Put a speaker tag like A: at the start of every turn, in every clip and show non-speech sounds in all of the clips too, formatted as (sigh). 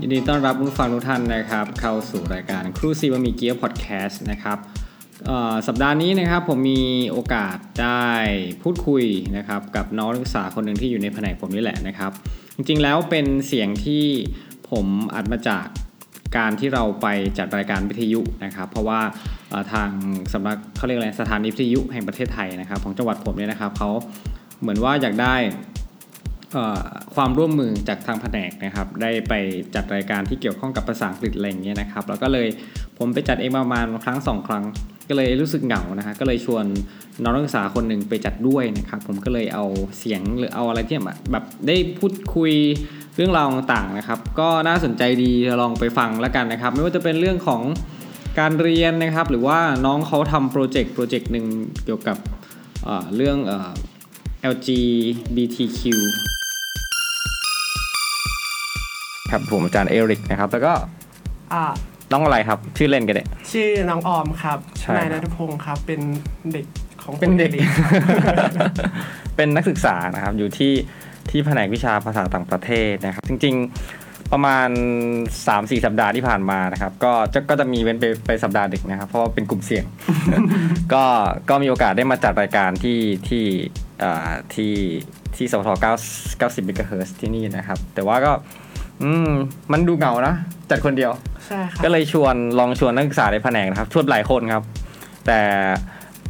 A: ยินดีต้อนรับผู้ฟังทุกท่านนะครับ เข้าสู่รายการครูซีบะหมีเกี๊ยวพอดแคสต์นะครับเอ่อสัปดาห์นี้นะครับผมมีโอกาสได้พูดคุยนะครับกับน้องนักศึกษาคนหนึ่งที่อยู่ในแผนกผมนี่แหละนะครับ จริงๆแล้วเป็นเสียงที่ผมอัดมาจากการที่เราไปจัดรายการวิทยุนะครับ เพราะว่าเอ่อทางสำนักเขาเรียกอะไรสถานีวิทยุแห่งประเทศไทยนะครับ ของจังหวัดผมเนี่ยนะครับเขาเหมือนว่าอยากได้ เอ่อความร่วมมือจากทางแผนกนะครับ ได้ไปจัดรายการที่เกี่ยวข้องกับภาษาอังกฤษอะไรอย่างเงี้ยนะครับ แล้วก็เลยผมไปจัดเองประมาณครั้งสองครั้ง ก็เลยรู้สึกเหงานะฮะก็เลยชวนน้องนักศึกษาคนหนึ่งไปจัดด้วยนะครับ ผมก็เลยเอาเสียงหรือเอาอะไรที่แบบแบบได้พูดคุยเรื่องราวต่างๆนะครับ ก็น่าสนใจดีลองไปฟังแล้วกันนะครับ ไม่ว่าจะเป็นเรื่องของการเรียนนะครับ หรือว่าน้องเขาทำโปรเจกต์โปรเจกต์หนึ่งเกี่ยวกับเอ่อเรื่องเอ่อ LGBTQ ครับผมอาจารย์เอริกนะครับ แล้วก็
B: อ่า
A: น้องอะไรครับ ชื่อเล่นกันเนี่ย
B: ชื่อน้องออมครับ
A: ใช่
B: นาย
A: ครั
B: นั
A: บ
B: ทพงศ์ครับ เป็นเด็กของ
A: เป็นเด็ก
B: ผมองครับ
A: (laughs) เป็นนักศึกษานะครับ อยู่ที่ที่แผนกวิชาภาษาต่างประเทศนะครับ จริงๆประมาณ 3-4 สัปดาห์ที่ผ่านมานะครับ ก็จะก็จะมีเว้นไปไปสัปดาห์หนึ่งนะครับ เพราะว่าเป็นกลุ่มเสี่ยง (laughs) ก็ก็มีโอกาสได้มาจัดรายการที่ที่เอ่อที่ที่สท9 90มิกะเฮิรตซ์ที่นี่นะครับ แต่ว่าก็อืมมันดูเหงานะ จัดคนเดียว
B: ใช่ครับ
A: ก็เลยชวนลองชวนนักศึกษาในแผนกนะครับชวนหลายคนครับ แต่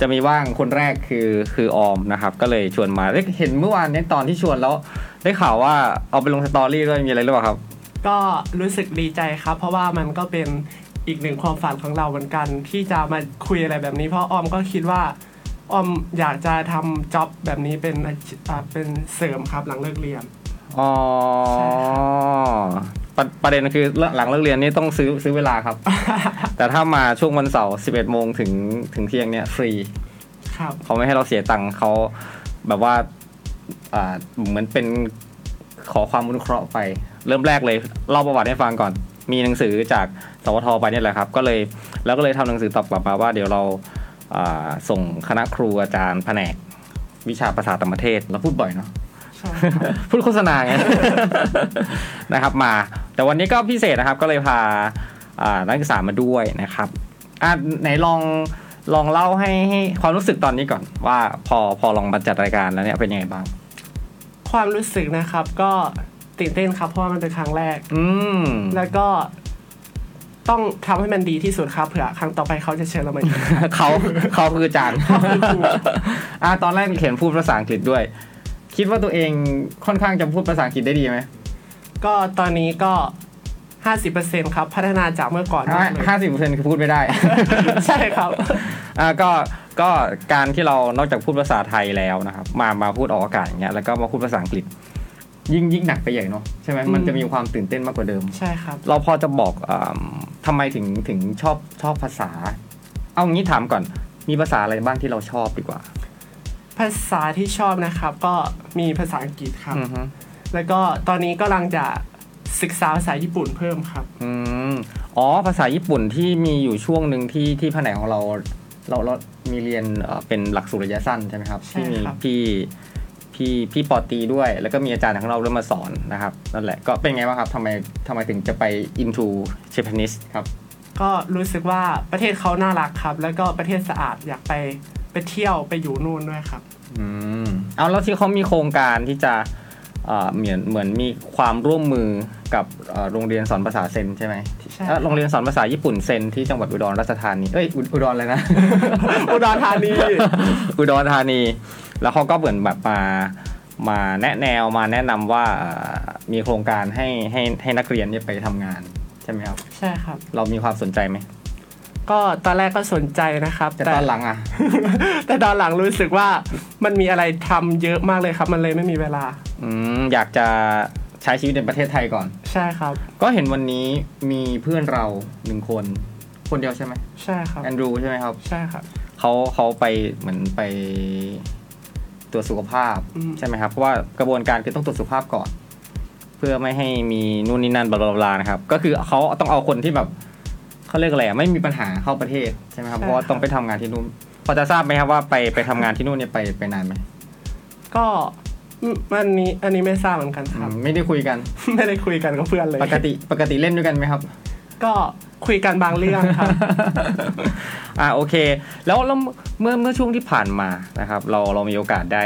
A: จะมีว่างคนแรกคือคือออมนะครับ ก็เลยชวนมาเอ้ยเห็นเมื่อวานเนี้ตอนที่ชวนแล้ว ได้ข่าวว่าเอาไปลงสตอรี่ด้วยมีอะไรหรือเปล่าครับ
B: ก็รู้สึกดีใจครับ เพราะว่ามันก็เป็นอีกหนึ่งความฝันของเราเหมือนกัน ที่จะมาคุยอะไรแบบนี้ เพราะออมก็คิดว่าออมอยากจะทำจ็อบแบบนี้เป็นอาชีพอ่าเป็นเสริมครับหลังเลิกเรียน
A: อ๋อประประเด็นคือหลังเลิกเรียนนี่ต้องซื้อซื้อเวลา
B: (laughs)
A: ครับ แต่ถ้ามาช่วงวันเสาร์11โมงถึงถึงเที่ยงเนี่ยฟรี
B: ครับ
A: เขาไม่ให้เราเสียตังค์เขาแบบว่าอ่าเหมือนเป็นขอความอนุเคราะห์ไป เริ่มแรกเลยเล่าประวัติให้ฟังก่อน มีหนังสือจากสวทไปเนี่ยแหละครับ ก็เลยแล้วก็เลยทำหนังสือตอบกลับมาว่าเดี๋ยวเราอ่าส่งคณะครูอาจารย์แผนกวิชาภาษาต่างประเทศเราพูดบ่อยเนาะ
B: ใช่
A: พูดโฆษณาไง นะครับมา แต่วันนี้ก็พิเศษนะครับก็เลยพาอ่านักศึกษามาด้วยนะครับอ่ะไหนลองลองเล่าให้ให้ความรู้สึกตอนนี้ก่อนว่าพอพอลองมาจัดรายการแล้วเนี่ยเป็นยังไงบ้าง
B: ความรู้สึกนะครับก็ตื่นเต้นครับเพราะว่ามันเป็นครั้งแรก
A: อืม
B: แล้วก็ต้องทำให้มันดีที่สุดครับเผื่อครั้งต่อไปเขาจะเชิญเรามาอีก
A: (laughs) เขาเขาคืออาจารย์ อ่ะตอนแรกเขียนพูดภาษาอังกฤษด้วย คิดว่าตัวเองค่อนข้างจะพูดภาษาอังกฤษได้ดีไหม
B: ก็ตอนนี้ก็ 50%ครับ พัฒนาจากเมื่อก่อนมากเลย
A: ห้าสิบเปอร์เซ็นต์คือพูดไม่ได้
B: (laughs)
A: (laughs)
B: ใช่ครับ
A: อ่าก็ก็การที่เรานอกจากพูดภาษาไทยแล้วนะครับ มามาพูดออกอากาศอย่างเงี้ยแล้วก็มาพูดภาษาอังกฤษ ยิ่งยิ่งหนักไปใหญ่เนาะใช่ไหมมัน
B: อืม
A: จะมีความตื่นเต้นมากกว่าเดิม
B: ใช่ครับ
A: เราพอจะบอกอ่าทำไมถึงถึงชอบชอบภาษา เอางี้ถามก่อนมีภาษาอะไรบ้างที่เราชอบดีกว่า
B: ภาษาที่ชอบนะครับ ก็มีภาษาอังกฤษครับ
A: อือฮึ
B: แล้วก็ตอนนี้ก็กำลังจะศึกษาภาษาญี่ปุ่นเพิ่มครับ
A: อืมอ๋อภาษาญี่ปุ่นที่มีอยู่ช่วงหนึ่งที่ที่แผนกของเราเราเรามีเรียนเอ่อเป็นหลักสูตรระยะสั้นใช่ไหมครับ
B: ใช่
A: ที่มี
B: ครับ
A: พี่พี่พี่ปอตีด้วย แล้วก็มีอาจารย์ของเราเริ่มมาสอนนะครับนั่นแหละก็เป็นไงบ้างครับทำไมทำไมถึงจะไป into Japanese ครับ
B: ก็รู้สึกว่าประเทศเขาน่ารักครับ แล้วก็ประเทศสะอาดอยากไปไปเที่ยวไปอยู่นู่นด้วยครับ (laughs)
A: อืมเอาแล้วที่เขามีโครงการที่จะเอ่อเหมือนเหมือนมีความร่วมมือกับเอ่อโรงเรียนสอนภาษาเซนใช่ไหม
B: ใช่
A: เอ่อโรงเรียนสอนภาษาญี่ปุ่นเซนที่จังหวัดอุดรราชธานีเอ้ยอุดอุดรเลยนะ (laughs)
B: อุดรธานี
A: อุดรธานี แล้วเขาก็เหมือนแบบมามาแนะแนวมาแนะนำว่าเอ่อมีโครงการให้ให้ให้นักเรียนเนี่ยไปทำงานใช่ไหมครับ
B: ใช่ครับ
A: เรามีความสนใจไหม
B: ก็ตอนแรกก็สนใจนะครับ
A: แต่ตอนหลังอ่ะ
B: แต่ตอนหลังรู้สึกว่ามันมีอะไรทำเยอะมากเลยครับ มันเลยไม่มีเวลา
A: อืมอยากจะใช้ชีวิตในประเทศไทยก่อน
B: ใช่ครับ
A: ก็เห็นวันนี้มีเพื่อนเราหนึ่งคน คนเดียวใช่ไหม
B: ใช่ครับ
A: แอนดรูใช่ไหมครับ
B: ใช่ครับ
A: เขาเขาไปเหมือนไปตรวจสุขภาพ
B: อืม
A: ใช่ไหมครับเพราะว่ากระบวนการคือต้องตรวจสุขภาพก่อน เพื่อไม่ให้มีนู่นนี่นั่นบลาบลาบลานะครับ ก็คือเขาต้องเอาคนที่แบบเขาเรียกอะไรอะไม่มีปัญหาเข้าประเทศใช่ไหมครับ
B: ใช่
A: เพราะว่าต้องไปทำงานที่นู่นพอจะทราบไหมครับว่าไปไปทำงานที่นู่นเนี่ยไปไปนานไหม
B: ก็ อืมอันนี้อันนี้ไม่ทราบเหมือนกันครับ
A: ไม่ได้คุยกัน
B: ไม่ได้คุยกันกับเพื่อนเลย
A: ปกติปกติเล่นด้วยกันไหมครับ
B: ก็คุยกันบางเรื่องครับ
A: (laughs) อ่าโอเค แล้วแล้วเมื่อเมื่อช่วงที่ผ่านมานะครับ เราเรามีโอกาสได้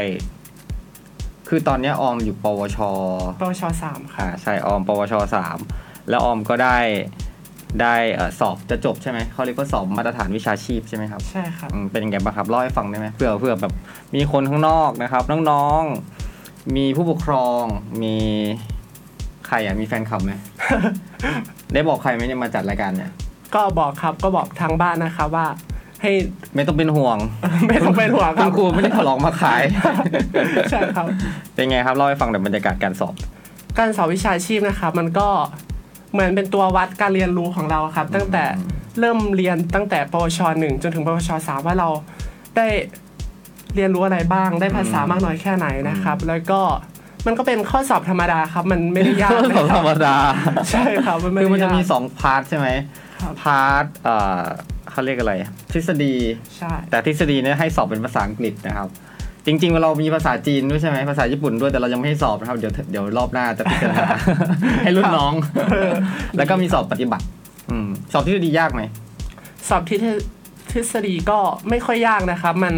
A: คือตอนเนี้ยออมอยู่ปวช
B: ปวชสามครับ
A: อ่าใช่ออม ปวชสามแล้วออมก็ได้ได้เอ่อสอบจะจบใช่ไหมเขาเรียกว่าสอบมาตรฐานวิชาชีพใช่ไหมครับ
B: ใช่ครับ
A: อืมเป็นยังไงบ้างครับเล่าให้ฟังได้ไหมเพื่อเพื่อแบบมีคนข้างนอกนะครับ น้องๆ มีผู้ปกครองมีใครอ่ะมีแฟนคลับไหม (laughs) ได้บอกใครไหมเนี่ยมาจัดรายการเนี่ย
B: ก็บอกครับก็บอกทางบ้านนะครับว่า ให้ (laughs)
A: ไม่ต้องเป็นห่วง
B: ไม่ต้องเป็นห่วงค
A: คุ
B: รั
A: ณ
B: บ
A: ครูไม่ได้ขอร้องมาขาย
B: ใช่ครับ
A: เป็นไงครับเล่าให้ฟังหน่อยบรรยากาศการสอบ
B: การสอบวิชาชีพนะครับ มันก็เหมือนเป็นตัววัดการเรียนรู้ของเราครับ ตั้งแต่เริ่มเรียนตั้งแต่ปวชหนึ่งจนถึงปวชสามว่าเราได้เรียนรู้อะไรบ้าง ได้ภาษามากน้อยแค่ไหนนะครับ แล้วก็มันก็เป็นข้อสอบธรรมดาครับ มันไม่ได้ยากนะ
A: สอบ
B: ค
A: ธ
B: รั
A: รร
B: บ
A: มดา
B: ใช่ครับ มันไม่
A: คือมัน
B: ได้
A: จะมี
B: ยาก
A: สองพาร์ทใช่ไหม
B: ครับ
A: พาร์ทเอ่อเขาเรียกอะไร ทฤษฎี
B: ใช่
A: แต่ทฤษฎีเนี่ยให้สอบเป็นภาษาอังกฤษนะครับ จริงๆเรามีภาษาจีนด้วยใช่ไหมภาษาญี่ปุ่นด้วยแต่เรายังไม่ให้สอบนะครับ เดี๋ยวเดี๋ยวรอบหน้าจะพิจารณา ให้รุ่นน้อง แล้วก็มีสอบปฏิบัติ อืมสอบทฤษฎียากไหม
B: สอบทฤษทฤษฎีก็ไม่ค่อยยากนะครับ มัน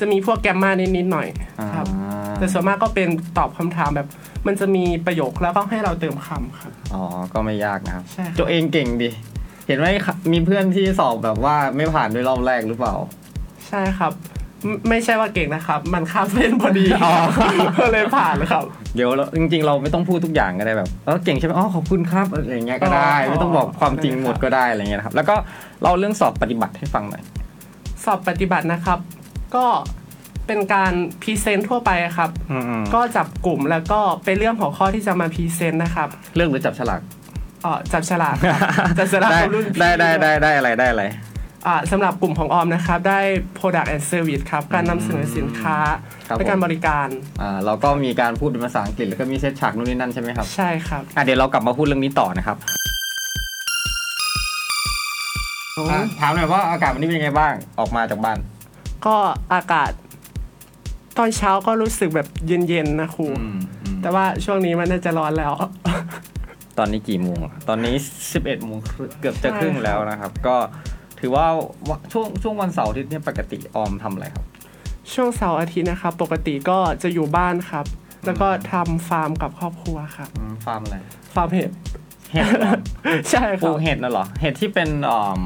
B: จะมีพวกแกมมานิดๆหน่อยครับ
A: อ่า
B: แต่ส่วนมากก็เป็นตอบคำถามแบบ มันจะมีประโยคแล้วก็ให้เราเติมคำครับ
A: อ๋อ ก็ไม่ยากนะครับ
B: ใช่ครับ
A: ตัวเองเก่งดี เห็นไหมครับมีเพื่อนที่สอบแบบว่าไม่ผ่านด้วยรอบแรกหรือเปล่า
B: ใช่ครับไม่ไม่ใช่ว่าเก่งนะครับ มันข้ามเส้นพอดี
A: อ๋อ
B: (laughs) ก็เลยผ่านครับ
A: เดี๋ยวเราจริงๆ เราไม่ต้องพูดทุกอย่างก็ได้แบบเออเก่งใช่ไหมอ๋อขอบคุณครับอะไรอย่างเงี้ยก็ได้
B: อ๋อ
A: ไม่ต้องบอกความจริงหมดก็ได้อะไรเงี้ยนะครับ แล้วก็เล่าเรื่องสอบปฏิบัติให้ฟังหน่อย
B: สอบปฏิบัตินะครับ ก็เป็นการพรีเซนต์ทั่วไปครับ
A: อืม
B: ก็จับกลุ่มแล้วก็เป็นเรื่องหัวข้อที่จะมาพรีเซนต์นะครับ
A: ๆเรื่องหรือจับฉลาก
B: เอ่อจับฉ
A: (laughs)
B: ลากครับ (laughs) จับฉลาก
A: ได้
B: กับรุ่นพี่
A: ได้ได้ได้ได้อะไรได้อะไร
B: อ่าสำหรับกลุ่มของออมนะครับ ได้ Product and Service ครับ การนำเสนอสินค้า
A: ครับ
B: และการ
A: ผม
B: บริการ
A: อ่าเราก็มีการพูดเป็นภาษาอังกฤษแล้วก็มีเซตฉากนู่นนี่นั่นใช่ไหมครับ
B: ใช่ครับ
A: อ่ะเดี๋ยวเรากลับมาพูดเรื่องนี้ต่อนะครับอ่ะถามหน่อยว่าอากาศวันนี้เป็นยังไงบ้างออกมาจากบ้าน
B: ก็อากาศ ตอนเช้าก็รู้สึกแบบเย็นๆนะครูแต่ว่าช่วงนี้มันน่าจะร้อนแล้ว
A: ตอนนี้กี่โมงอะตอนนี้ 11โมงครึ่งเกือบจะครึ่งแล้วนะครับ ก็ถือว่าวะช่วงช่วงวันเสาร์อาทิตย์เนี่ยปกติออมทำอะไรครับ
B: ช่วงเสาร์อาทิตย์นะครับ ปกติก็จะอยู่บ้านครับ แล้วก็ทำฟาร์มกับครอบครัวครับ
A: อืมฟาร์มอะไร
B: ฟาร์มเห็ด (laughs)
A: เห็ดเหรอ
B: ใช่ค
A: ปลู
B: รับ
A: กเห็ดน่ะเหรอ เห็ดที่เป็นอ่อม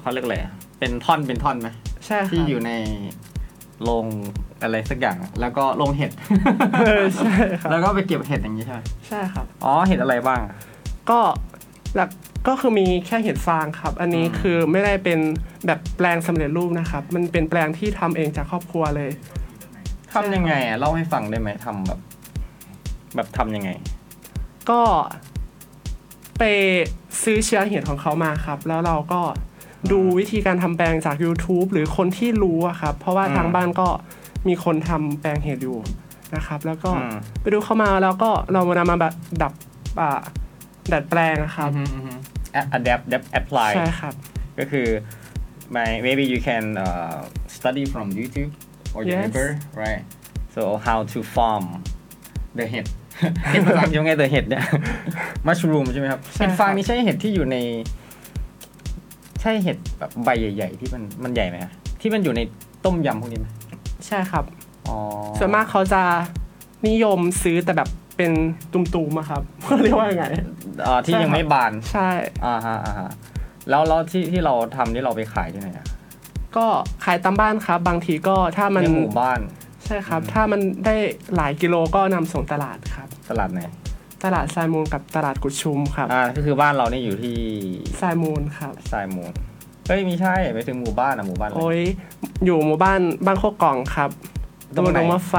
A: เขาเรียกอะไรอะเป็นท่อนเป็นท่อนไหม
B: ใช่ค
A: ที่
B: รับ
A: อยู่ในโรงอะไรสักอย่างอะแล้วก็โรงเห็ด
B: เออใช่ครับ
A: แล้วก็ไปเก็บเห็ดอย่างนี้ใช่ไหม
B: ใช่ครับ
A: อ๋อเห็ดอะไรบ้างอะ
B: ก็หลักก็คือมีแค่เห็ดฟางครับ อันนี้คือไม่ได้เป็นแบบแปลงสำเร็จรูปนะครับ มันเป็นแปลงที่ทำเองจากครอบครัวเลย
A: ทำยังไงอะเล่าให้ฟังได้ไหมทำแบบ แบบทำยังไง
B: ก็ไปซื้อเชื้อเห็ดของเขามาครับ แล้วเราก็ดูวิธีการทำแปลงจาก YouTube หรือคนที่รู้อะครับ เพราะว่า
A: อืม
B: ทางบ้านก็มีคนทำแปลงเห็ดอยู่นะครับ แล้วก็
A: อืม
B: ไปดูเข้ามาแล้วก็เรานำมาแบบดับอ่าดัดแปลงอะครับ
A: อืมอืมอืม adapt adapt apply
B: ใช่ครับ
A: ก็คือ my maybe you can uh, study from YouTube or your
B: Yes.
A: neighbor right so how to farm the head (laughs) เห็ดภาษาอังกฤษว่าไง the head เนี่ย (laughs) mushroom ใช่ไหมครับ
B: ใช่
A: เห็ดฟาง
B: ครับ
A: นี่ใช่เห็ดที่อยู่ใน ใช่เห็ดแบบใบใหญ่ๆ ที่มันมันใหญ่ไหมครับที่มันอยู่ในต้มยำพวกนี้ไหม
B: ใช่ครับ
A: อ๋อ
B: ส่วนมากเขาจะนิยมซื้อแต่แบบเป็นตุ่มๆอะครับ (laughs) เรียกว่ายังไง
A: อ่าที่
B: ใช่
A: ยัง
B: ครับ
A: ไม่บาน
B: ใช่
A: อ่าฮะอ่าฮะแล้วแล้วที่ที่เราทำนี่เราไปขายที่ไหนอะ
B: ก็ขายตามบ้านครับ บางทีก็ถ้ามัน
A: ในหมู่บ้าน
B: ใช่ครับ ถ้ามันได้หลายกิโลก็นำส่งตลาดครับ
A: ตลาดไหน
B: ตลาดทรายมูลกับตลาดกุดชุมครับ
A: อ่าก็คือบ้านเรานี่อยู่ที่
B: ทรายมูลครับ
A: ทรายมูลเฮ้ยไม่ใช่ไปถึงหมู่บ้านอะหมู่บ้านอะไร
B: โอ้ยอยู่หมู่บ้านบ้านโคกกล่องครับ
A: ตรงไหน
B: ตำบลหนองมะไฟ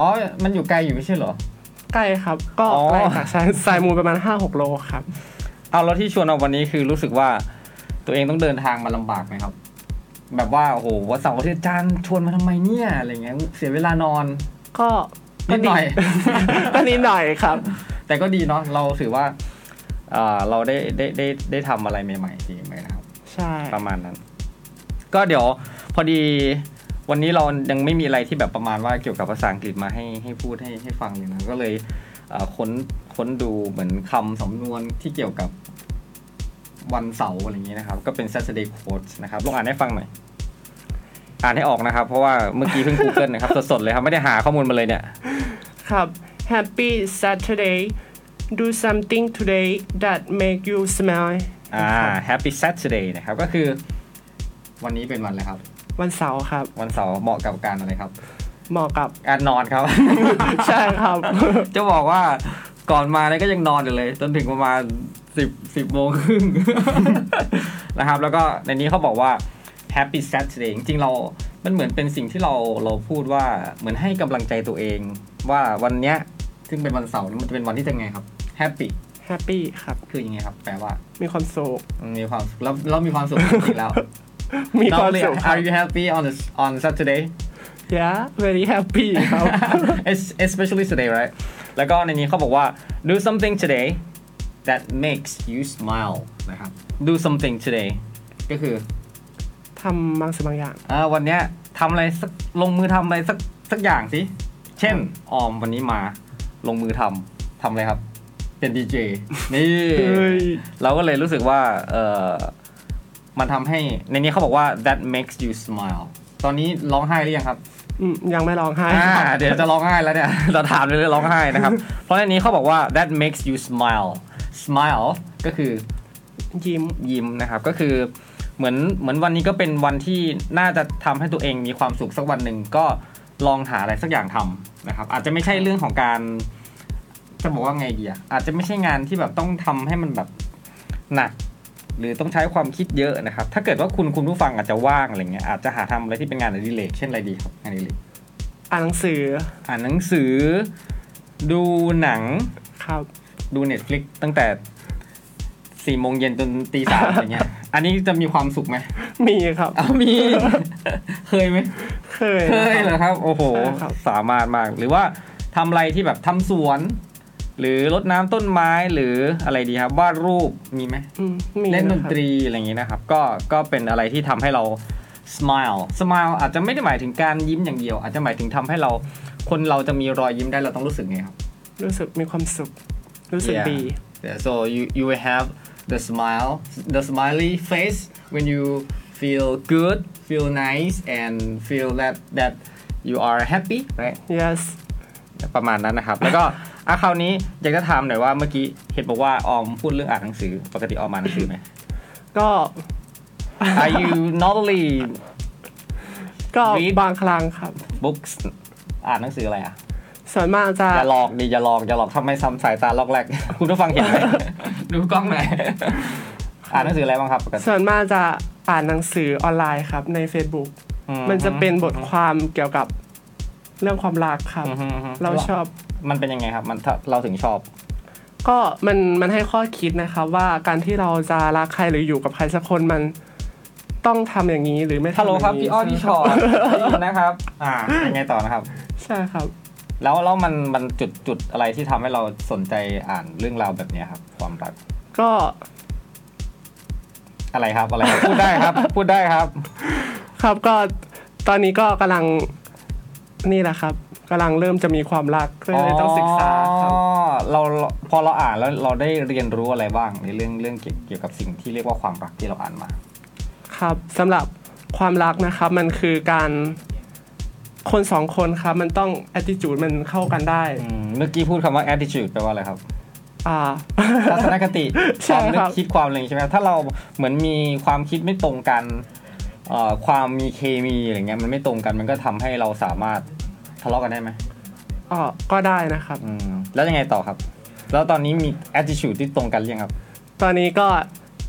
A: อ๋อ มันอยู่ไกลอยู่ไม่ใช่เหรอ
B: ใกล้ครับ ก็
A: อ๋อ
B: ไกลจากทรายมูลประ (laughs) มาณ 5-6 โลครับ
A: เอาแล้วที่ชวนออกวันนี้คือรู้สึกว่าตัวเองต้องเดินทางมาลำบากไหมครับ แบบว่าโอ้โหวันเสาร์อาทิตย์อาจานชวนมาทำไมเนี่ยอะไรเงี้ยเสียเวลานอน
B: ก็ก็
A: นิดหน่อย (laughs)
B: ก็นิดหน่อยครับ
A: แต่ก็ดีเนาะเราถือว่าเอ่อเราได้ได้ได้ได้ทำอะไรใหม่ๆดีไหมนะครับ
B: ใช่
A: ประมาณนั้น ก็เดี๋ยวพอดี วันนี้เรายังไม่มีอะไรที่แบบประมาณว่าเกี่ยวกับภาษาอังกฤษมาให้ให้พูดให้ให้ฟังเลยนะก็เลยเอ่อค้นค้นดูเหมือนคำสำนวนที่เกี่ยวกับวันเสาร์อะไรอย่างนี้นะครับ ก็เป็น Saturday quotes นะครับลองอ่านให้ฟังหน่อย อ่านให้ออกนะครับ เพราะว่าเมื่อกี้เพิ่ง Google นะครับสดๆเลยครับไม่ได้หาข้อมูลมาเลยเนี่ย
B: ครับ Happy Saturday do something today that make you smile
A: อ่า Happy Saturday นะครับ ก็คือ วันนี้เป็นวันอะไรครับ
B: วันเสาร์ครับ
A: วันเสาร์เหมาะกับการอะไรครับ
B: เหมาะกับ (laughs)
A: การนอนครับ
B: ใช่ครับ (laughs)
A: จะบอกว่าก่อนมาเนี่ยก็ยังนอนอยู่เลย จนถึงประมาณสิบสิบโมงครึ่ง (laughs) นะครับ แล้วก็ในนี้เขาบอกว่า Happy Saturday จริงๆเรา มันเหมือนเป็นสิ่งที่เราเราพูดว่าเหมือนให้กำลังใจตัวเอง ว่าวันเนี้ยซึ่งเป็นวันเสาร์นี่มันจะเป็นวันที่จะไงครับ Happy
B: Happy ครับ
A: คือยังไงครับ แปลว่า
B: มีความสุข
A: มีความสุขแล้วเรามีความสุขจริงๆแล้ว
B: มีความสุข
A: Normally, Are you happy on this, on Saturday
B: yeah very happy
A: (laughs)
B: ครับ
A: Es- especially today right แล้วก็ในนี้เขาบอกว่า do something today that makes you smile นะครับ do something today ก็คือ
B: ทำบางสิ่งบางอย่าง
A: อ่าวันเนี้ยทำอะไรสักลงมือทำอะไรสักสักอย่างสิ เช่น ออมวันนี้มาลงมือทำทำอะไรครับ เป็นดีเจนี่
B: เฮ้ย
A: เราก็เลยรู้สึกว่าเออมันทำให้ในนี้เขาบอกว่า that makes you smile ตอนนี้ร้องไห้หรือยังครับ
B: อืมยังไม่ร้องไห้
A: อ่า
B: ครับ
A: เดี๋ยวจะร้องไห้แล้วเนี่ย (laughs) เราถามเลยๆร้องไห้นะครับ (laughs) เพราะในนี้เขาบอกว่า that makes you smile smile ก็คือ
B: ยิ้ม
A: ยิ้มนะครับ ก็คือเหมือนเหมือนวันนี้ก็เป็นวันที่น่าจะทำให้ตัวเองมีความสุขสักวันหนึ่งก็ลองหาอะไรสักอย่างทำนะครับ อาจจะไม่ใช่เรื่องของการ จะบอกว่าไงดีอะอาจจะไม่ใช่งานที่แบบต้องทำให้มันแบบหนัก หรือต้องใช้ความคิดเยอะนะครับ ถ้าเกิดว่าคุณคุณผู้ฟังอาจจะว่างอะไรเงี้ยอาจจะหาทำอะไรที่เป็นงานอดิเรกเช่นอะไรดีครับงานอดิเรก
B: อ่านหนังสือ
A: อ่านหนังสือดูหนัง
B: ครับ
A: ดู Netflix ตั้งแต่สี่โมงเย็นจนตีสามอะไรเงี้
B: (laughs)
A: ย อันนี้จะมีความสุขไหม
B: มีครับ
A: เอามี (laughs) เคยไหม
B: เคย
A: เคยเหร
B: นะ
A: อ
B: ครับ
A: ครับ โอ้โห
B: ใช่ครับ
A: สามารถมาก หรือว่าทำอะไรที่แบบทำสวน หรือรดน้ำต้นไม้หรืออะไรดีครับวาดรูปมีไหม
B: อืมมี
A: เล่นด
B: ะ
A: น
B: ครับ
A: ตรีอะไรอย่างนี้นะครับ ก็ก็เป็นอะไรที่ทำให้เรา smile smile อาจจะไม่ได้หมายถึงการยิ้มอย่างเดียว อาจจะหมายถึงทำให้เราคนเราจะมีรอยยิ้มได้เราต้องรู้สึกไงครับ
B: รู้สึกมีความสุข รู้สึก
A: Yeah.
B: ดี
A: Yeah, so you you will have the smile, the smiley face when you feel good, feel nice, and feel that that you are happy, right?
B: yes
A: ประมาณนั้นนะครับ แล้วก็ อ่ะคราวนี้อยากจะถามหน่อยว่าเมื่อกี้เห็นบอกว่าออมพูดเรื่องอ่านหนังสือ ปกติออมอ่านหนังสื (laughs) อไหม
B: ก็
A: Are you normally
B: ก็
A: รีด
B: บางครั้งครับ
A: books อ่านหนังสืออะไรอ่ะ
B: ส่วนมากจะ
A: อย่าหลอกดิอย่าหลอกอย่าหลอกทำให้ซ้ำสายตาลอกแร (laughs) ก คุณผู้ฟังเห็นไหม ดูกล้องหน่อย (laughs) อ่านหนังสืออะไรบ้างครับปกติ
B: ส่วนมากจะอ่านหนังสือออนไลน์ครับใน Facebook
A: อื
B: มันจะเป็นบทความเกี่ยวกับเรื่องความรักครับ
A: อืมอืม
B: เราชอบ
A: มันเป็นยังไงครับ มันถ้าเราถึงชอบ
B: ก็มันมันให้ข้อคิดนะครับว่าการที่เราจะรักใครหรืออยู่กับใครสักคนมันต้องทำอย่างนี้หรือไม่ทำ
A: ฮัลโหล
B: อย่า
A: ครับ
B: งนี้
A: พี่อ้อพี่ชอ
B: ใ
A: ต
B: ช่ไหมครับ
A: ได้ (laughs) ยินนะครับ อ่ายังไงต่อนะครับ
B: ใช่ครับ
A: แล้วแล้วมันมันจุดจุดอะไรที่ทำให้เราสนใจอ่านเรื่องราวแบบเนี้ยครับ ความรัก
B: ก็
A: อะไรครับอะไรครับ พูดได้ครับ พูดได้ครับ
B: ครับก็ตอนนี้ก็กำลังนี่แหละครับกำลังเริ่มจะมีความรักก็เลยต้องศึกษาครับ
A: อ๋อเราเราพอเราอ่านแล้วเราได้เรียนรู้อะไรบ้างในเรื่องเรื่องเกี่ยวเกี่ยวกับสิ่งที่เรียกว่าความรักที่เราอ่านมา
B: ครับสำหรับความรักนะครับมันคือการคนสองคนครับมันต้อง attitude มันเข้ากันได้
A: อืมเมื่อกี้พูดคำว่า attitude แปลว่าอะไรครับ
B: อ่า (laughs)
A: ทัศนคติค
B: ใช่
A: วามนึ
B: ครั
A: ก
B: บ
A: คิดความอะไรอย่างงี้ใช่ไหมถ้าเราเหมือนมีความคิดไม่ตรงกันเอ่อความมีเคมีอะไรเงี้ยมันไม่ตรงกันมันก็ทำให้เราสามารถทะเลาะกันได้ไหม
B: อ่าก็ได้นะครับ
A: อืมแล้วยังไงต่อครับ แล้วตอนนี้มี attitude ที่ตรงกันหรือยังครับ
B: ตอนนี้ก็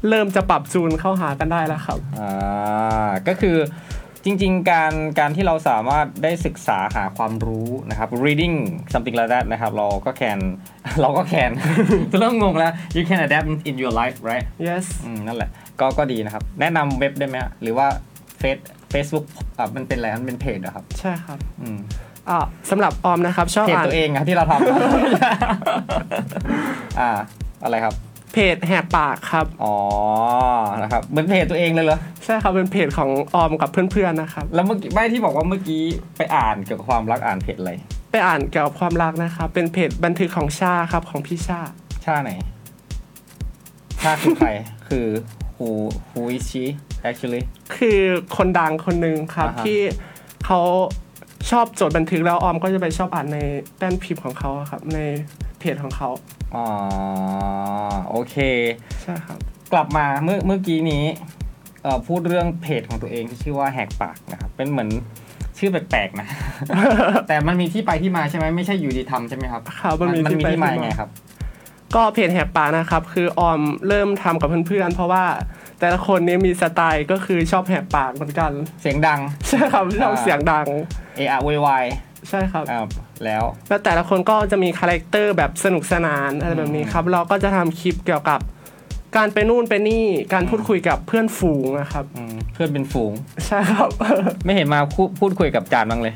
B: เริ่มจะปรับจูนเข้าหากันได้แล้วครับ
A: อ่าก็คือจริง ๆ การการที่เราสามารถได้ศึกษาหาความรู้นะครับ reading something like that นะครับ เราก็แคน (laughs) เราก็แคน (laughs) จะเริ่มงงแล้ว you can adapt in your life right
B: yes
A: อืมนั่นแหละก็ก็ดีนะครับ แนะนำเว็บได้ไหมฮะหรือว่าเฟซเฟซบุ๊กอ่ะมันเป็นอะไรมันเป็นเพจเหรอะครับ
B: ใช่ครับ
A: อืม
B: อ่าสำหรับออมนะครับ ชอบ
A: (laughs) เพจ
B: อ่าน
A: ตัวเองอะที่เราทำ อ่าอะไรครับ
B: เพจแหกปากครับ
A: อ๋อนะครับเหมือนเพจตัวเองเลยเหรอ
B: ใช่ครับเป็นเพจของออมกับเพื่อนๆนะครับ
A: แล้วเมื่อกี้ไม่ที่บอกว่าเมื่อกี้ไปอ่านเกี่ยวกับความรักอ่านเพจอะไร
B: ไปอ่านเกี่ยวกับความรักนะครับ เป็นเพจบันทึกของชาครับของพี่ชา
A: ชาไหนชาคือใคร (laughs) คือ who who is she actually
B: คือคนดังคนหนึ่งครับ
A: อ่าฮะ
B: ที่เขาชอบจดบันทึกแล้วออมก็จะไปชอบอ่านในแป้นพิมพ์ของเขาอะครับ ในเพจของเขา
A: อ๋อโอเค
B: ใช่ครับ
A: กลับมาเมื่อเมื่อกี้นี้เอ่อพูดเรื่องเพจของตัวเองที่ชื่อว่าแหกปากนะครับเป็นเหมือนชื่อแปลกๆนะ (laughs) แต่มันมีที่ไปที่มาใช่ไหมไม่ใช่อยู่ดีทำใช่ไหมครับ
B: ครับมันมีที่ไปที่
A: มา
B: มา
A: ยังไงครับ
B: ก็เพจแหกปากนะครับ คือออมเริ่มทำกับเพื่อนๆ เพราะว่าแต่ละคนนี้มีสไตล์ก็คือชอบแหกปากเหมือนกัน
A: เสียงดัง
B: ใช่ครับชอบเสียงดัง
A: เออะโวยวาย
B: ใช่ครับ
A: อ่าแล้ว
B: แล้วแต่ละคนก็จะมีคาแรคเตอร์แบบสนุกสนานอะไรแบบนี้ครับ เราก็จะทำคลิปเกี่ยวกับ การไปนู่นไปนี่การพูดคุยกับเพื่อนฝูงนะครับ
A: อืมเพื่อนเป็นฝูง
B: ใช่ครับ (laughs)
A: ไม่เห็นมาพูพูดคุยกับจานบ้างเลย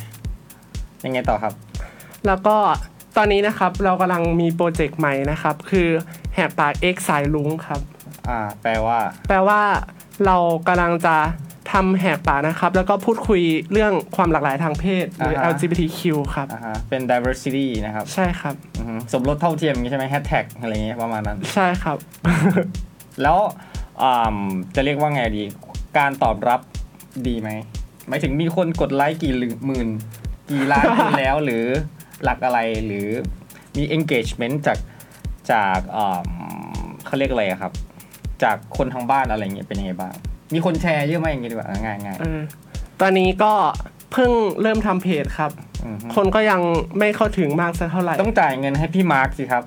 A: ยังไงต่อครับ
B: แล้วก็ตอนนี้นะครับเรากำลังมีโปรเจกต์ใหม่นะครับ คือแหกปาก X สายลุงครับ
A: อ่า แปลว่า
B: แปลว่าเรากำลังจะทำแหกปากนะครับ แล้วก็พูดคุยเรื่องความหลากหลายทางเพศหรือ
A: อ่าฮะ
B: LGBTQ ครับ
A: อ่าฮะเป็น diversity นะครับ
B: ใช่ครับ
A: อือฮึสมรสเท่าเทียมอย่างงี้ใช่ไหมแฮชแท็กอะไรเงี้ยประมาณนั้น
B: ใช่ครับ
A: แล้วอ่าจะเรียกว่าไงดี การตอบรับดีไหมหมายถึงมีคนกดไลค์กี่หมื่น กี่ล้านคนแล้ว หรือ (laughs) หลักอะไรหรือมี engagement จากจากอ่าเขาเรียกอะไรอะครับ จากคนทางบ้านอะไรเงี้ยเป็นยังไงบ้าง มีคนแชร์เยอะไหมอย่างเงี้ยดีกว่าง่ายง่าย
B: เออตอนนี้ก็เพิ่งเริ่มทำเพจครับ
A: ๆอือฮึ
B: คนก็ยังไม่เข้าถึงมากสักเท่าไหร่
A: ต้องจ่ายเงินให้พี่มาร์คสิครับ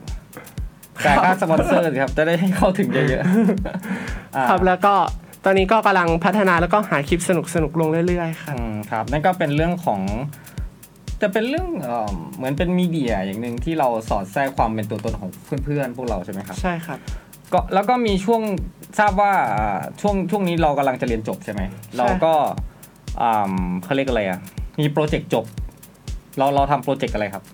A: จ่ายค่าสปอนเซอร์สิครับ จะได้ให้เข้าถึงเยอะๆ (laughs) อ่า
B: ครับแล้วก็ตอนนี้ก็กำลังพัฒนาแล้วก็หาคลิปสนุกสนุกๆลงเรื่อยๆครับ
A: อืมครับนั่นก็เป็นเรื่องของจะเป็นเรื่องเอ่อเหมือนเป็นมีเดียอย่างหนึ่งที่เราสอดแทรกความเป็นตัวตนของเพื่อนๆพวกเราใช่ไหมครับ
B: ใช่ครับ
A: ก็แล้วก็มีช่วงทราบว่าอ่าช่วงช่วงนี้เรากำลังจะเรียนจบใช่ไหมเราก็อ่ำเขาเรียกอะไรอ่ะมีโปรเจกต์จบ เราเราทำโปรเจกต์อะไรครับ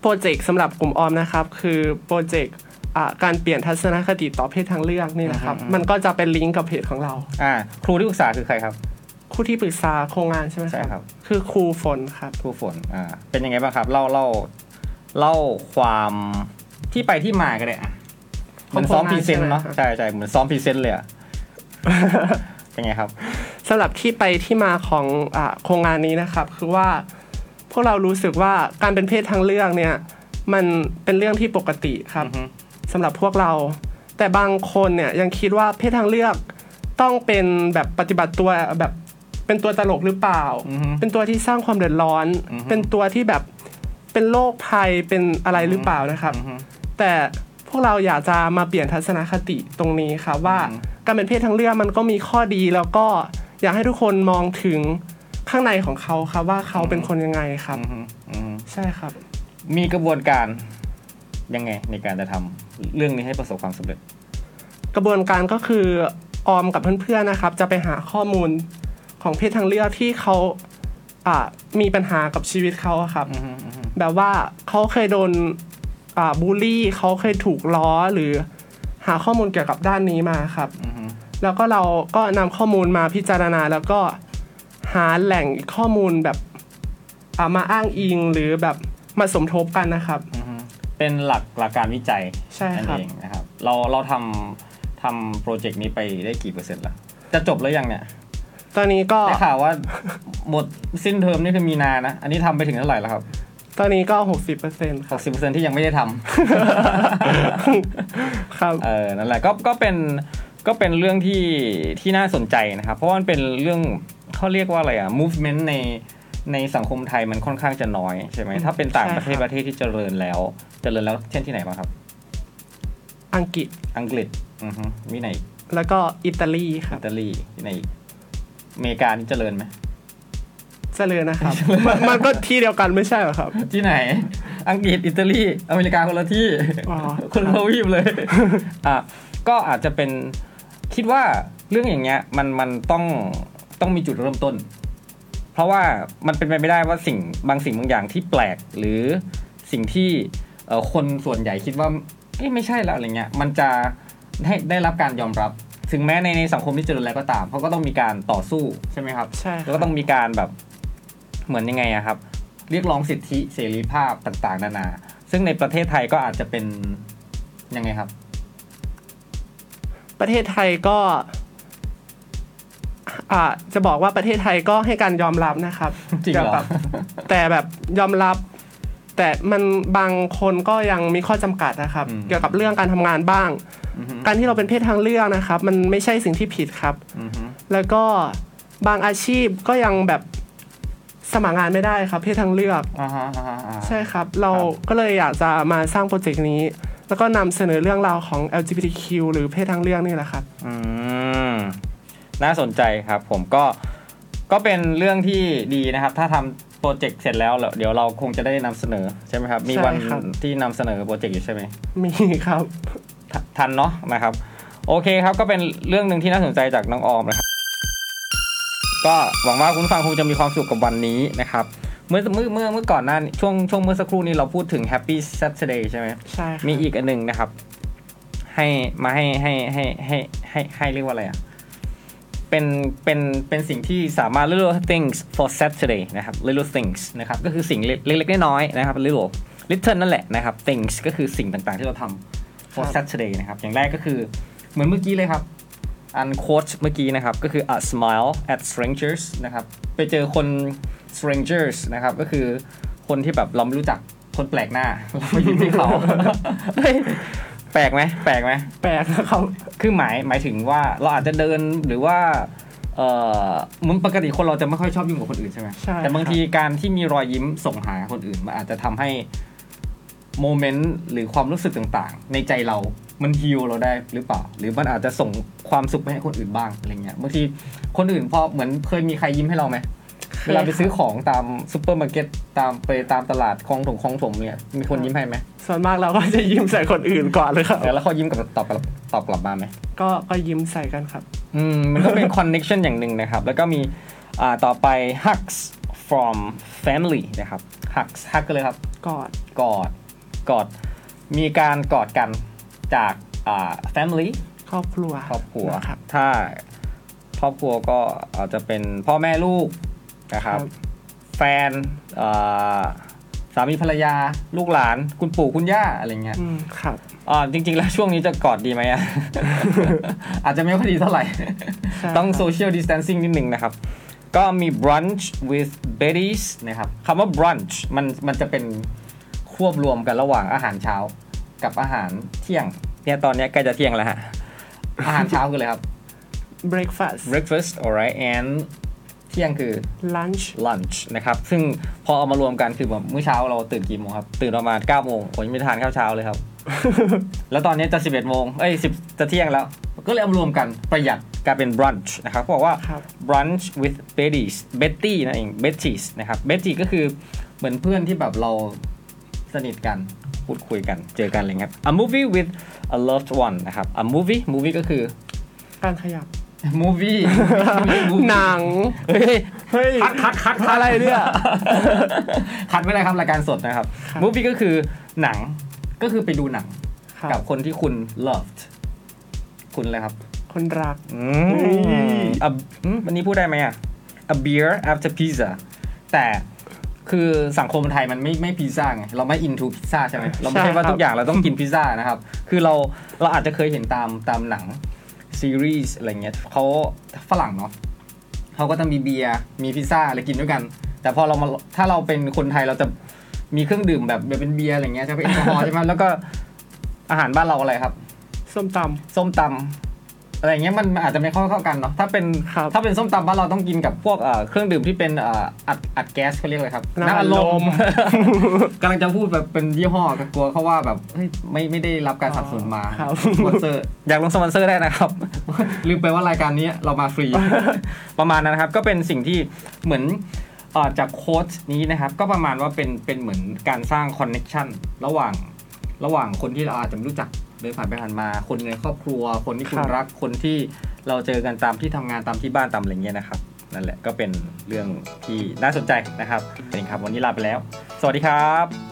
B: โปรเจกต์สำหรับกลุ่มออมนะครับ คือโปรเจกต์อ่ะการเปลี่ยนทัศนคติต่อเพศทางเลือกนี่นะครับ
A: อืมอืม
B: มันก็จะเป็นลิงก์กับเพจของเรา
A: อ่าครูที่ปรึกษาคือใครครับ
B: ครู่ที่ปรึกษาโครงงานใช่ไหมครับ
A: ใช่ครับ
B: คือครูฝนครับ
A: ครูฝนอ่าเป็นยังไงบ้างครับเล่าเล่าเล่าความที่ไปที่มากันเลยอ่ะเหมือนซ้อมพรีเซนต์เนาะ
B: ของโครงงานใช่
A: ใช่
B: ไหม
A: ใช่
B: ครับ
A: เหมือนซ้อมพรีเซนต์เลยอ่ะ เป็นไงครับ
B: สำหรับที่ไปที่มาของอ่ะโครงงานนี้นะครับ คือว่าพวกเรารู้สึกว่าการเป็นเพศทางเลือกเนี่ยมันเป็นเรื่องที่ปกติครับ สำหรับพวกเรา แต่บางคนเนี่ยยังคิดว่าเพศทางเลือกต้องเป็นแบบปฏิบัติตัวแบบเป็นตัวตลกหรือเปล่า
A: อือฮึ
B: เป็นตัวที่สร้างความเดือดร้อน
A: อือฮึ
B: เป็นตัวที่แบบเป็นโรคภัยเป็นอะไรหรือเปล่านะครับ
A: อือฮึ
B: แต่พวกเราอยากจะมาเปลี่ยนทัศนคติตรงนี้ครับว่า
A: อือฮึ
B: การเป็นเพศทางเลือกมันก็มีข้อดีแล้วก็อยากให้ทุกคนมองถึงข้างในของเขาครับว่าเขาเป็นคนยังไงครับ
A: อือฮึอือฮึ
B: ใช่ครับ
A: มีกระบวนการยังไงในการจะทำเรื่องนี้ให้ประสบความสำเร็จ
B: กระบวนการก็คือออมกับเพื่อนๆนะครับ จะไปหาข้อมูลของเพศทางเลือกที่เขาอ่ามีปัญหากับชีวิตเขาอะครับ แบบว่าเขาเคยโดนอ่าบูลลี่เขาเคยถูกล้อหรือหาข้อมูลเกี่ยวกับด้านนี้มาครับ
A: อือฮึ
B: แล้วก็เราก็นำข้อมูลมาพิจารณา แล้วก็หาแหล่งข้อมูลแบบอ่ามาอ้างอิงหรือแบบมาสมทบกันนะครับ
A: อือฮึเป็นหลักหลักการวิจัย
B: ใช่ครั
A: นั่
B: บ
A: นเองนะครับ เราเราทำทำโปรเจกต์นี้ไปได้กี่เปอร์เซ็นต์ละจะจบแล้วยังเนี่ย
B: ตอนนี้ก็
A: ได้ข่าวว่าหมดสิ้นเทอมนี่คือมีนานะ อันนี้ทำไปถึงเท่าไหร่แล้วครับ
B: ตอนนี้ก็หกสิบเปอร์เซ็นต์
A: หกสิบเปอร์เซ็นที่ยังไม่ได้ทำ
B: ครับ
A: เออ นั่นแหละ ก็ ก็เป็น ก็เป็นเรื่องที่ ที่น่าสนใจนะครับ เพราะว่ามันเป็นเรื่องเขาเรียกว่าอะไรอะ movement ใน ในสังคมไทยมันค่อนข้างจะน้อยใช่ไหม ถ้าเป็นต่างประเทศ
B: ใช่ครับ
A: ประเทศที่เจริญแล้ว เจริญแล้ว เช่นที่ไหนบ้างครับ
B: อังกฤษ
A: อังกฤษ อือฮึมีไหนอีก
B: แล้วก็อิตาลีครั
A: อิ
B: บ
A: ตาลีที่ไหนอีกอเมริกานี่เจริญไหม
B: เจริญนะครับ (laughs) มันมันก็ที่เดียวกันไม่ใช่เหรอครับ
A: ที่ไหน อังกฤษ อิตาลี อเมริกาคนละที่
B: อ๋อ
A: คนละทวีปเลย อ่ะ ก็อาจจะเป็น คิดว่าเรื่องอย่างเงี้ย มัน มันต้อง ต้องมีจุดเริ่มต้น เพราะว่ามันเป็นไปไม่ได้ว่าสิ่ง บางสิ่งบางอย่างที่แปลก หรือสิ่งที่เอ่อคนส่วนใหญ่คิดว่า เอ๊ะไม่ใช่แล้วอะไรเงี้ยมันจะได้ได้รับการยอมรับ ถึงแม้ในในสังคมที่เจริญแล้วก็ตามเขาก็ต้องมีการต่อสู้ใช่ไหมครับ
B: ใช่ค
A: แล้ว
B: รับ
A: ก็ต้องมีการแบบเหมือนยังไงอะครับ เรียกร้องสิทธิเสรีภาพต่างๆ นานา ซึ่งในประเทศไทยก็อาจจะเป็นยังไงครับ
B: ประเทศไทยก็อ่าจะบอกว่าประเทศไทยก็ให้การยอมรับนะครับ
A: จริงเหรอ
B: แต่แบบแต่แบบยอมรับ แต่มันบางคนก็ยังมีข้อจำกัดนะครับ
A: อืม
B: เกี่ยวกับเรื่องการทำงานบ้าง
A: อือฮึ
B: การที่เราเป็นเพศทางเลือกนะครับ มันไม่ใช่สิ่งที่ผิดครับ
A: อือฮึ
B: แล้วก็บางอาชีพก็ยังแบบสมัครงานไม่ได้ครับ เพศทางเลือก
A: อ่าฮะอ่าฮะอ่าฮะ
B: ใช่ครับ เรา
A: ครับ
B: ก็เลยอยากจะมาสร้างโปรเจกต์นี้ แล้วก็นำเสนอเรื่องราวของ LGBTQ หรือเพศทางเลือกนี่แหละครับ
A: อืมน่าสนใจครับ ผมก็ก็เป็นเรื่องที่ดีนะครับ ถ้าทำโปรเจกต์เสร็จแล้วเดี๋ยวเราคงจะได้นำเสนอใช่ไหมครับ มีวัน
B: ใช่ครับ
A: ที่นำเสนอโปรเจกต์อยู่ใช่ไหม
B: มีครับ
A: ททันเนาะนะครับ โอเคครับก็เป็นเรื่องหนึ่งที่น่าสนใจจากน้องออมนะครับ ก็หวังว่าคุณผู้ฟังคงจะมีความสุขกับวันนี้นะครับ เมื่อเมื่อเมื่อเมื่อก่อนหน้านี้ช่วงช่วงเมื่อสักครู่นี้เราพูดถึง Happy Saturday ใช่ไหม
B: ใช่ครับ
A: มีอีกอันหนึ่งนะครับ ให้มาให้ให้ให้ให้ให้ให้เรียกว่าอะไรอ่ะเป็นเป็นเป็นสิ่งที่สามารถ little things for Saturday นะครับ little things นะครับก็คือสิ่งเล็กๆน้อยๆนะครับ little little นั่นแหละนะครับ things ก็คือสิ่งต่างๆที่เราทำ for
B: ครับ
A: Saturday นะครับ อย่างแรกก็คือเหมือนเมื่อกี้เลยครับ อันโค้ชเมื่อกี้นะครับ ก็คือ a smile at strangers นะครับ ไปเจอคน strangers นะครับ ก็คือคนที่แบบเราไม่รู้จักคนแปลกหน้า เราไปยิ้มให้เขา (laughs) เฮ้ยแปลกไหมแปลกไหม
B: แปลกนะครับ
A: คือหมายหมายถึงว่าเราอาจจะเดินหรือว่าเออมึงปกติคนเราจะไม่ค่อยชอบยุ่งกับคนอื่นใช่ไหม
B: ใช่
A: แต่บางทีการที่มีรอยยิ้มส่งหาคนอื่นมันอาจจะทำให้โมเมนต์หรือความรู้สึกต่างๆ ในใจเรา มันฮิวเราได้หรือเปล่า หรือมันอาจจะส่งความสุขไปให้คนอื่นบ้างอะไรเงี้ยบางทีคนอื่นพอเหมือนเคยมีใครยิ้มให้เราไหม
B: เคย
A: เวลาไปซื้อของตามซูเปอร์มาร์เก็ตตามไปตามตลาดคลองถงคลองถมเนี่ยมีคนยิ้มให้ไหม
B: ส่วนมากเราก็จะยิ้มใส่คนอื่นก่อนเลยครับ
A: แล้วเขายิ้มกลับตอบกลับตอบกลับมาไหม
B: ก็ก็ยิ้มใส่กันครับ
A: อื (laughs) มมันก็เป็น connection อย่างหนึ่งนะครับ แล้วก็มีอ่าต่อไป hugs from family นะครับ hugs hug กันเลยครับ
B: กอด
A: กอด กอด มีการกอดกันจากอ่า family
B: ครอบครัว
A: ครอบครัว
B: นะครับ
A: ถ้าครอบครัวก็อาจจะเป็นพ่อแม่ลูกนะครับ
B: ครับ
A: แฟนอ่าสามีภรรยา ลูกหลาน คุณปู่คุณย่าอะไรเงี้ย
B: อืมครับ
A: อ่าจริงๆ แล้วช่วงนี้จะกอดดีไหม
B: (laughs)
A: อะ อาจจะไม่ค่อยดีเท่าไหร่
B: ใช่ครับ
A: ต้องโซเชียลดิส a ทนซิ่งนิดนึงนะครับ ก็มี brunch with Betty's นะครับคำว่า brunch มันมันจะเป็นควบรวมกันระหว่างอาหารเช้ากับอาหารเที่ยง เนี่ยตอนเนี้ยใกล้จะเที่ยงแล้วฮะ อาหารเช้าคืออะไรครับ
B: breakfast
A: breakfast alright and เที่ยงคือ
B: lunch
A: lunch นะครับ ซึ่งพอเอามารวมกันคือแบบมื้อเช้าเราตื่นกี่โมงครับ ตื่นประมาณ9โมงผมยังไม่ทานข้าวเช้าเลยครับ
B: (laughs)
A: แล้วตอนนี้จะ 11โมงเอ้ย10 จะเที่ยงแล้ว ก็เลยเอามารวมกันประหยัดกลายเป็น brunch นะครับเขาบอกว่า
B: ครับ
A: brunch with Betty's Betty นั่นเอง Betty's นะครับ Betty ก็คือเหมือนเพื่อนที่แบบเราสนิทกันพูดคุยกันเจอกันอะไรเงี้ยครับ a movie with a loved one นะครับ a movie movie ก็
B: (laughs)
A: คือ
B: การขยับ
A: (laughs) movie
B: หนัง
A: เฮ้ย
B: เฮ้ย
A: คัดคัดคัดคัด
B: อะไรเนี่ย
A: (laughs) คัดไม่ได้ครับรายการสดนะครับ
B: ครับ
A: มูฟี่ก็คือหนังก็คือไปดูหนัง
B: ครั
A: กั
B: บบ
A: คนที่คุณ loved คุณอะไรครับ
B: คนรัก
A: อื
B: ย
A: อ่ะอืมวันนี้พูดได้ไหมอ่ะ a beer after pizza แต่คือสังคมไทยมันไม่ไม่พิซซ่าไงเราไม่ into พิซซ่าใช่ไหมเราไม่ใช่ว่าทุกอย่างเรา (laughs) ต้องกินพิซซ่านะครับ คือเราเราอาจจะเคยเห็นตามตามหนัง ซีรีส์อะไรเงี้ยเขาฝรั่งเนาะเขาก็ต้องมีเบียร์มีพิซซ่าอะไรกินด้วยกัน แต่พอเรามาถ้าเราเป็นคนไทยเราจะมีเครื่องดื่มแบบแบบเป็นเบียร์อะไรเงี้ยจะเป็นแอลกอฮอล์ ใช่ไหมแล้วก็อาหารบ้านเราอะไรครับ
B: ส้มต
A: ส้มตำอะไรเงี้ยมันอาจจะไม่เข้าเข้ากันเนาะถ้าเป็น
B: ครับ
A: ถ้าเป็นส้มตำบ้านเราต้องกินกับพวกเอ่อเครื่องดื่มที่เป็นเอ่ออัดอัดแก๊สเขาเรียกอะไรครับ
B: น้ำอัดลม
A: (laughs) กำลังจะพูดแบบเป็นยี่ห้อก็กลัวเขาว่าแบบเฮ้ยไม่ไม่ได้รับการสนับสนุนมา
B: อ๋อครับ
A: สปอนเซอร์ (laughs) อยากลงสปอนเซอร์ได้นะครับ ลืมไปว่ารายการนี้เรามา (laughs) ฟรี ประมาณนั้นนะครับ ก็เป็นสิ่งที่เหมือนเอ่อจากโค้ชนี้นะครับ ก็ประมาณว่าเป็นเป็นเหมือนการสร้างคอนเน็ชันระหว่าง ระหว่างคนที่เราอาจจะไม่รู้จักเดินผ่านไปผ่านมา คนในครอบครัว คนที่คุณ
B: ครับ
A: รักคนที่เราเจอกันตามที่ทำงานตามที่บ้านตามอะไรเงี้ยนะครับ นั่นแหละก็เป็นเรื่องที่น่าสนใจนะครับเป็นครับวันนี้ลาไปแล้ว สวัสดีครับ
B: ำ